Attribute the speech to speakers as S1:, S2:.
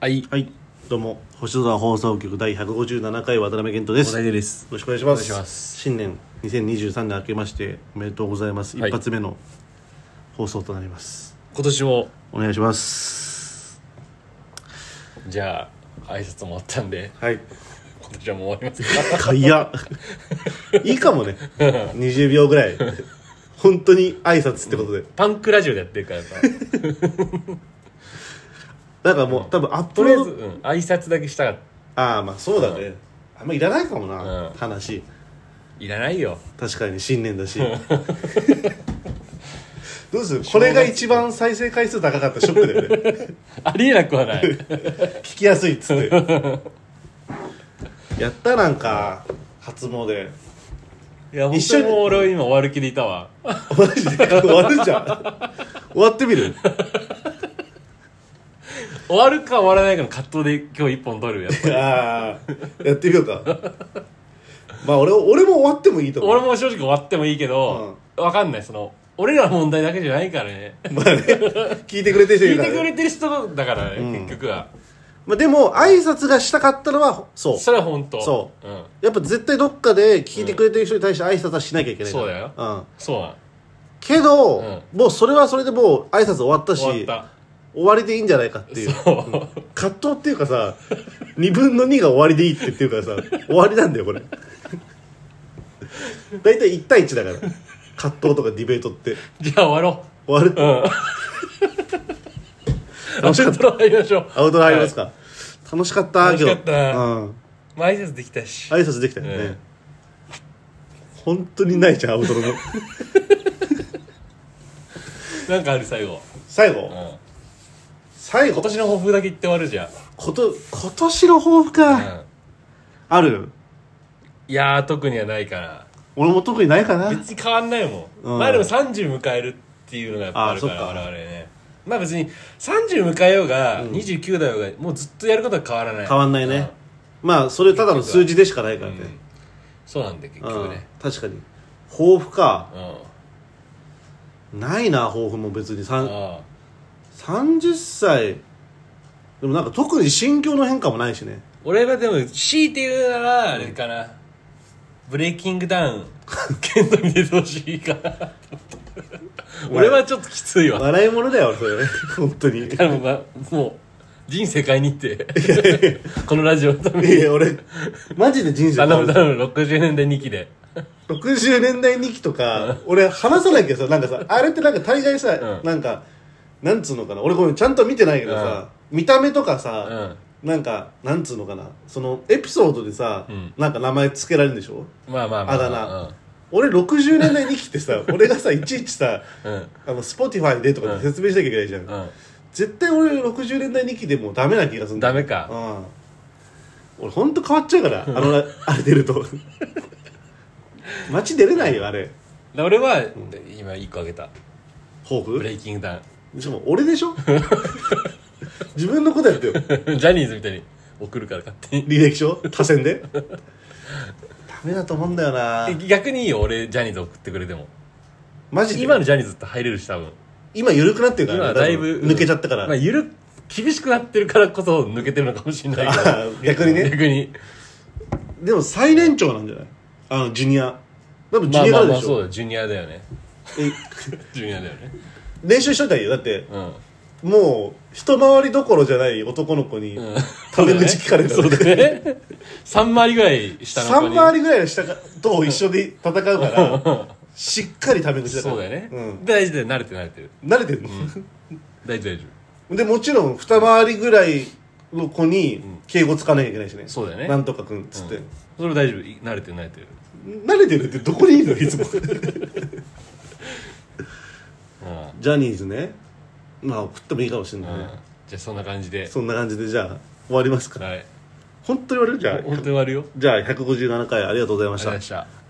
S1: はい。
S2: はい、どうも、星空放送局第157回渡辺健人です。
S3: 小
S2: よ
S3: 田井です。
S2: ろしくお願いし
S1: お
S2: ます。
S1: 願いします
S2: 新年2023年明けましておめでとうございます。
S1: はい
S2: 一発目の放送となります。
S1: 今年も、
S2: お願いします。
S1: じゃあ、挨拶も終わったんで、
S2: はい。
S1: 今年はもう終わります か。
S2: かいや。いいかもね。20秒ぐらい。本当に挨拶ってことで。
S1: パンクラジオでやってるからさ、
S2: なんかもう多分アップ
S1: とりあえ
S2: ロ ー
S1: ず、
S2: ド。
S1: うん、挨拶だけしたら、
S2: ああ、まあそうだね。あんまいらないかもな、
S1: うん
S2: 話。
S1: いらないよ。
S2: 確かに新年 だしどうするこれが一番再生回数高かったショックだよね
S1: ありえなくは ない。
S2: 聞きやすいっつってやったなんか初詣
S1: いや、本
S2: 一緒
S1: 当
S2: に
S1: にもう俺は今終わる気でいたわ。
S2: マジで終わるじゃん終わってみる
S1: 終わるか終わらないかの葛藤で今日一本取るやっぱ
S2: ああやってみようかまあ俺俺も終わってもいいと思う
S1: 俺も正直終わってもいいけど、わかんない、その、俺らの問題だけじゃないからね。
S2: まあね聞いてくれてる人い
S1: 聞い
S2: るか
S1: て
S2: らね、
S1: くれてる人だからね、結局は。
S2: まあ、でも挨拶がしたかったのはそう
S1: それは本当。。
S2: そう
S1: うん。
S2: やっぱ絶対どっかで聞いてくれてる人に対して挨拶はしなきゃいけないから
S1: そうだよ
S2: うん
S1: そうなん。
S2: けど、
S1: う
S2: もうそれはそれでもう挨拶終わったし
S1: 終わっ
S2: 終わりでいいんじゃないかっていう
S1: た。そう。
S2: 葛藤っていうかさ2分の2が終わりでいいって言ってるからさ 終わりなんだよこれ大体1対1だから葛藤とかディベートって
S1: じゃあ終わろ
S2: 終わる
S1: う。うん。
S2: 楽しかっ
S1: トロ入りましょう。
S2: たアウトラインありますか、楽しかった
S1: 楽しかった
S2: うん、
S1: まあ挨拶できたし。
S2: 挨拶できたよね、
S1: うん
S2: 本当にないじゃんアウトロの
S1: なんかある最後。
S2: 最後、
S1: うん。
S2: 最後
S1: 今年の抱負だけ言って終わるじゃん。
S2: こと今年の抱負か、
S1: うん。
S2: ある
S1: いやー、特にはないから。
S2: 俺も特にないかな
S1: 別に変わんないもん。
S2: うん
S1: まあでも30迎えるっていうのがやっぱあるか
S2: あ
S1: ら、
S2: そっか
S1: 我々ね。まあ別に30迎えようが、29だようが、もうずっとやることは変わらない。
S2: 変わんないね、まあそれただの数字でしかないからね、
S1: うんそうなんだよ、結
S2: うん
S1: 局ね。
S2: 確かに抱負か
S1: うん。
S2: ないな抱負も別にさん
S1: あ
S2: 30歳でもなんか特に心境の変化もないしね
S1: 俺はでも、強いて言うなら、あれかな。ブレイキングダウン、剣道に出てほしいかな。俺はちょっときついわ。
S2: 笑い物だよそれね本当に
S1: あのまもう人生買いに行 ってこのラジオのため
S2: い
S1: に
S2: や俺マジで人生
S1: 頼む
S2: 変わる
S1: 頼む60年代2期で
S2: 60年代2期とか俺話さなきゃさなんかさあれってなんか大概さ、
S1: うん
S2: なんかなんつうのかな俺ごめんちゃんと見てないけどさ、見た目とかさ、
S1: うん
S2: なんかなんつうのかなそのエピソードでさ、
S1: うん
S2: なんか名前つけられるんでしょ
S1: まあまあまあ
S2: あだな俺60年代に来 てさ俺がさいちいちさ
S1: うんうん
S2: あの Spotify でとかで説明しなきゃいけないじゃん、
S1: うん
S2: 絶対俺60年代に来でもうダメな気がするんだ
S1: ダメか
S2: うん俺ほんと変わっちゃうからあのあれ出ると街出れないよあれ
S1: で俺は今1個あげた
S2: 抱
S1: ブレ
S2: 負
S1: イキングダ
S2: しかも俺でしょ自分のことやってよ
S1: ウン ジャニーズみたいに送るから勝手に
S2: 履歴書多選でダメだと思うんだよな
S1: え逆にいいよ俺ジャニーズ送ってくれても
S2: マジで
S1: 今のジャニーズって入れるし多分
S2: 今緩くなってるか
S1: 今
S2: ら、ね、
S1: だいぶ
S2: 多分抜けちゃったか
S1: う
S2: ら、
S1: んまあ、ゆる厳しくなってるからこそ抜けてるのかもしれないけど
S2: 逆にね
S1: 逆に
S2: でも最年長なんじゃないあのジュニア多分ジ
S1: ま
S2: ュ
S1: あ
S2: ニ
S1: ま
S2: アか
S1: あ
S2: ら
S1: ま
S2: で
S1: あ
S2: し
S1: そ
S2: ょ、
S1: うだよジュニアだよね
S2: え
S1: ジュニアだよね
S2: 練習しといたらいいよだって
S1: うん
S2: もう一回りどころじゃない男の子にタメ口聞かれた
S1: そうだね3回りぐらい下の子
S2: 3
S1: に
S2: 回りぐらいの下がと一緒で戦うからしっかりタメ口だから
S1: そうだよね、
S2: うん、
S1: 大事だよ慣れて慣れてる
S2: 慣れてんの、
S1: 大丈夫大丈
S2: でもちろん二回りぐらいの子に敬語使わなきゃいけないしね、
S1: そうだよね
S2: なんとかくんっつって、
S1: 夫それ大丈夫い慣れてる慣れてる
S2: 慣れてるってどこにい るのいつも
S1: うん
S2: ジャニーズねまあ送ってもいいかもしれないね、
S1: じゃあそんな感じで
S2: そんな感じでじゃあ終わりますか
S1: はい
S2: 本当に終わるじゃ
S1: 本当に
S2: あ
S1: 終わるよ
S2: じゃあ157回ありがとうございま
S1: ありがとうご
S2: し
S1: ざい
S2: た
S1: ました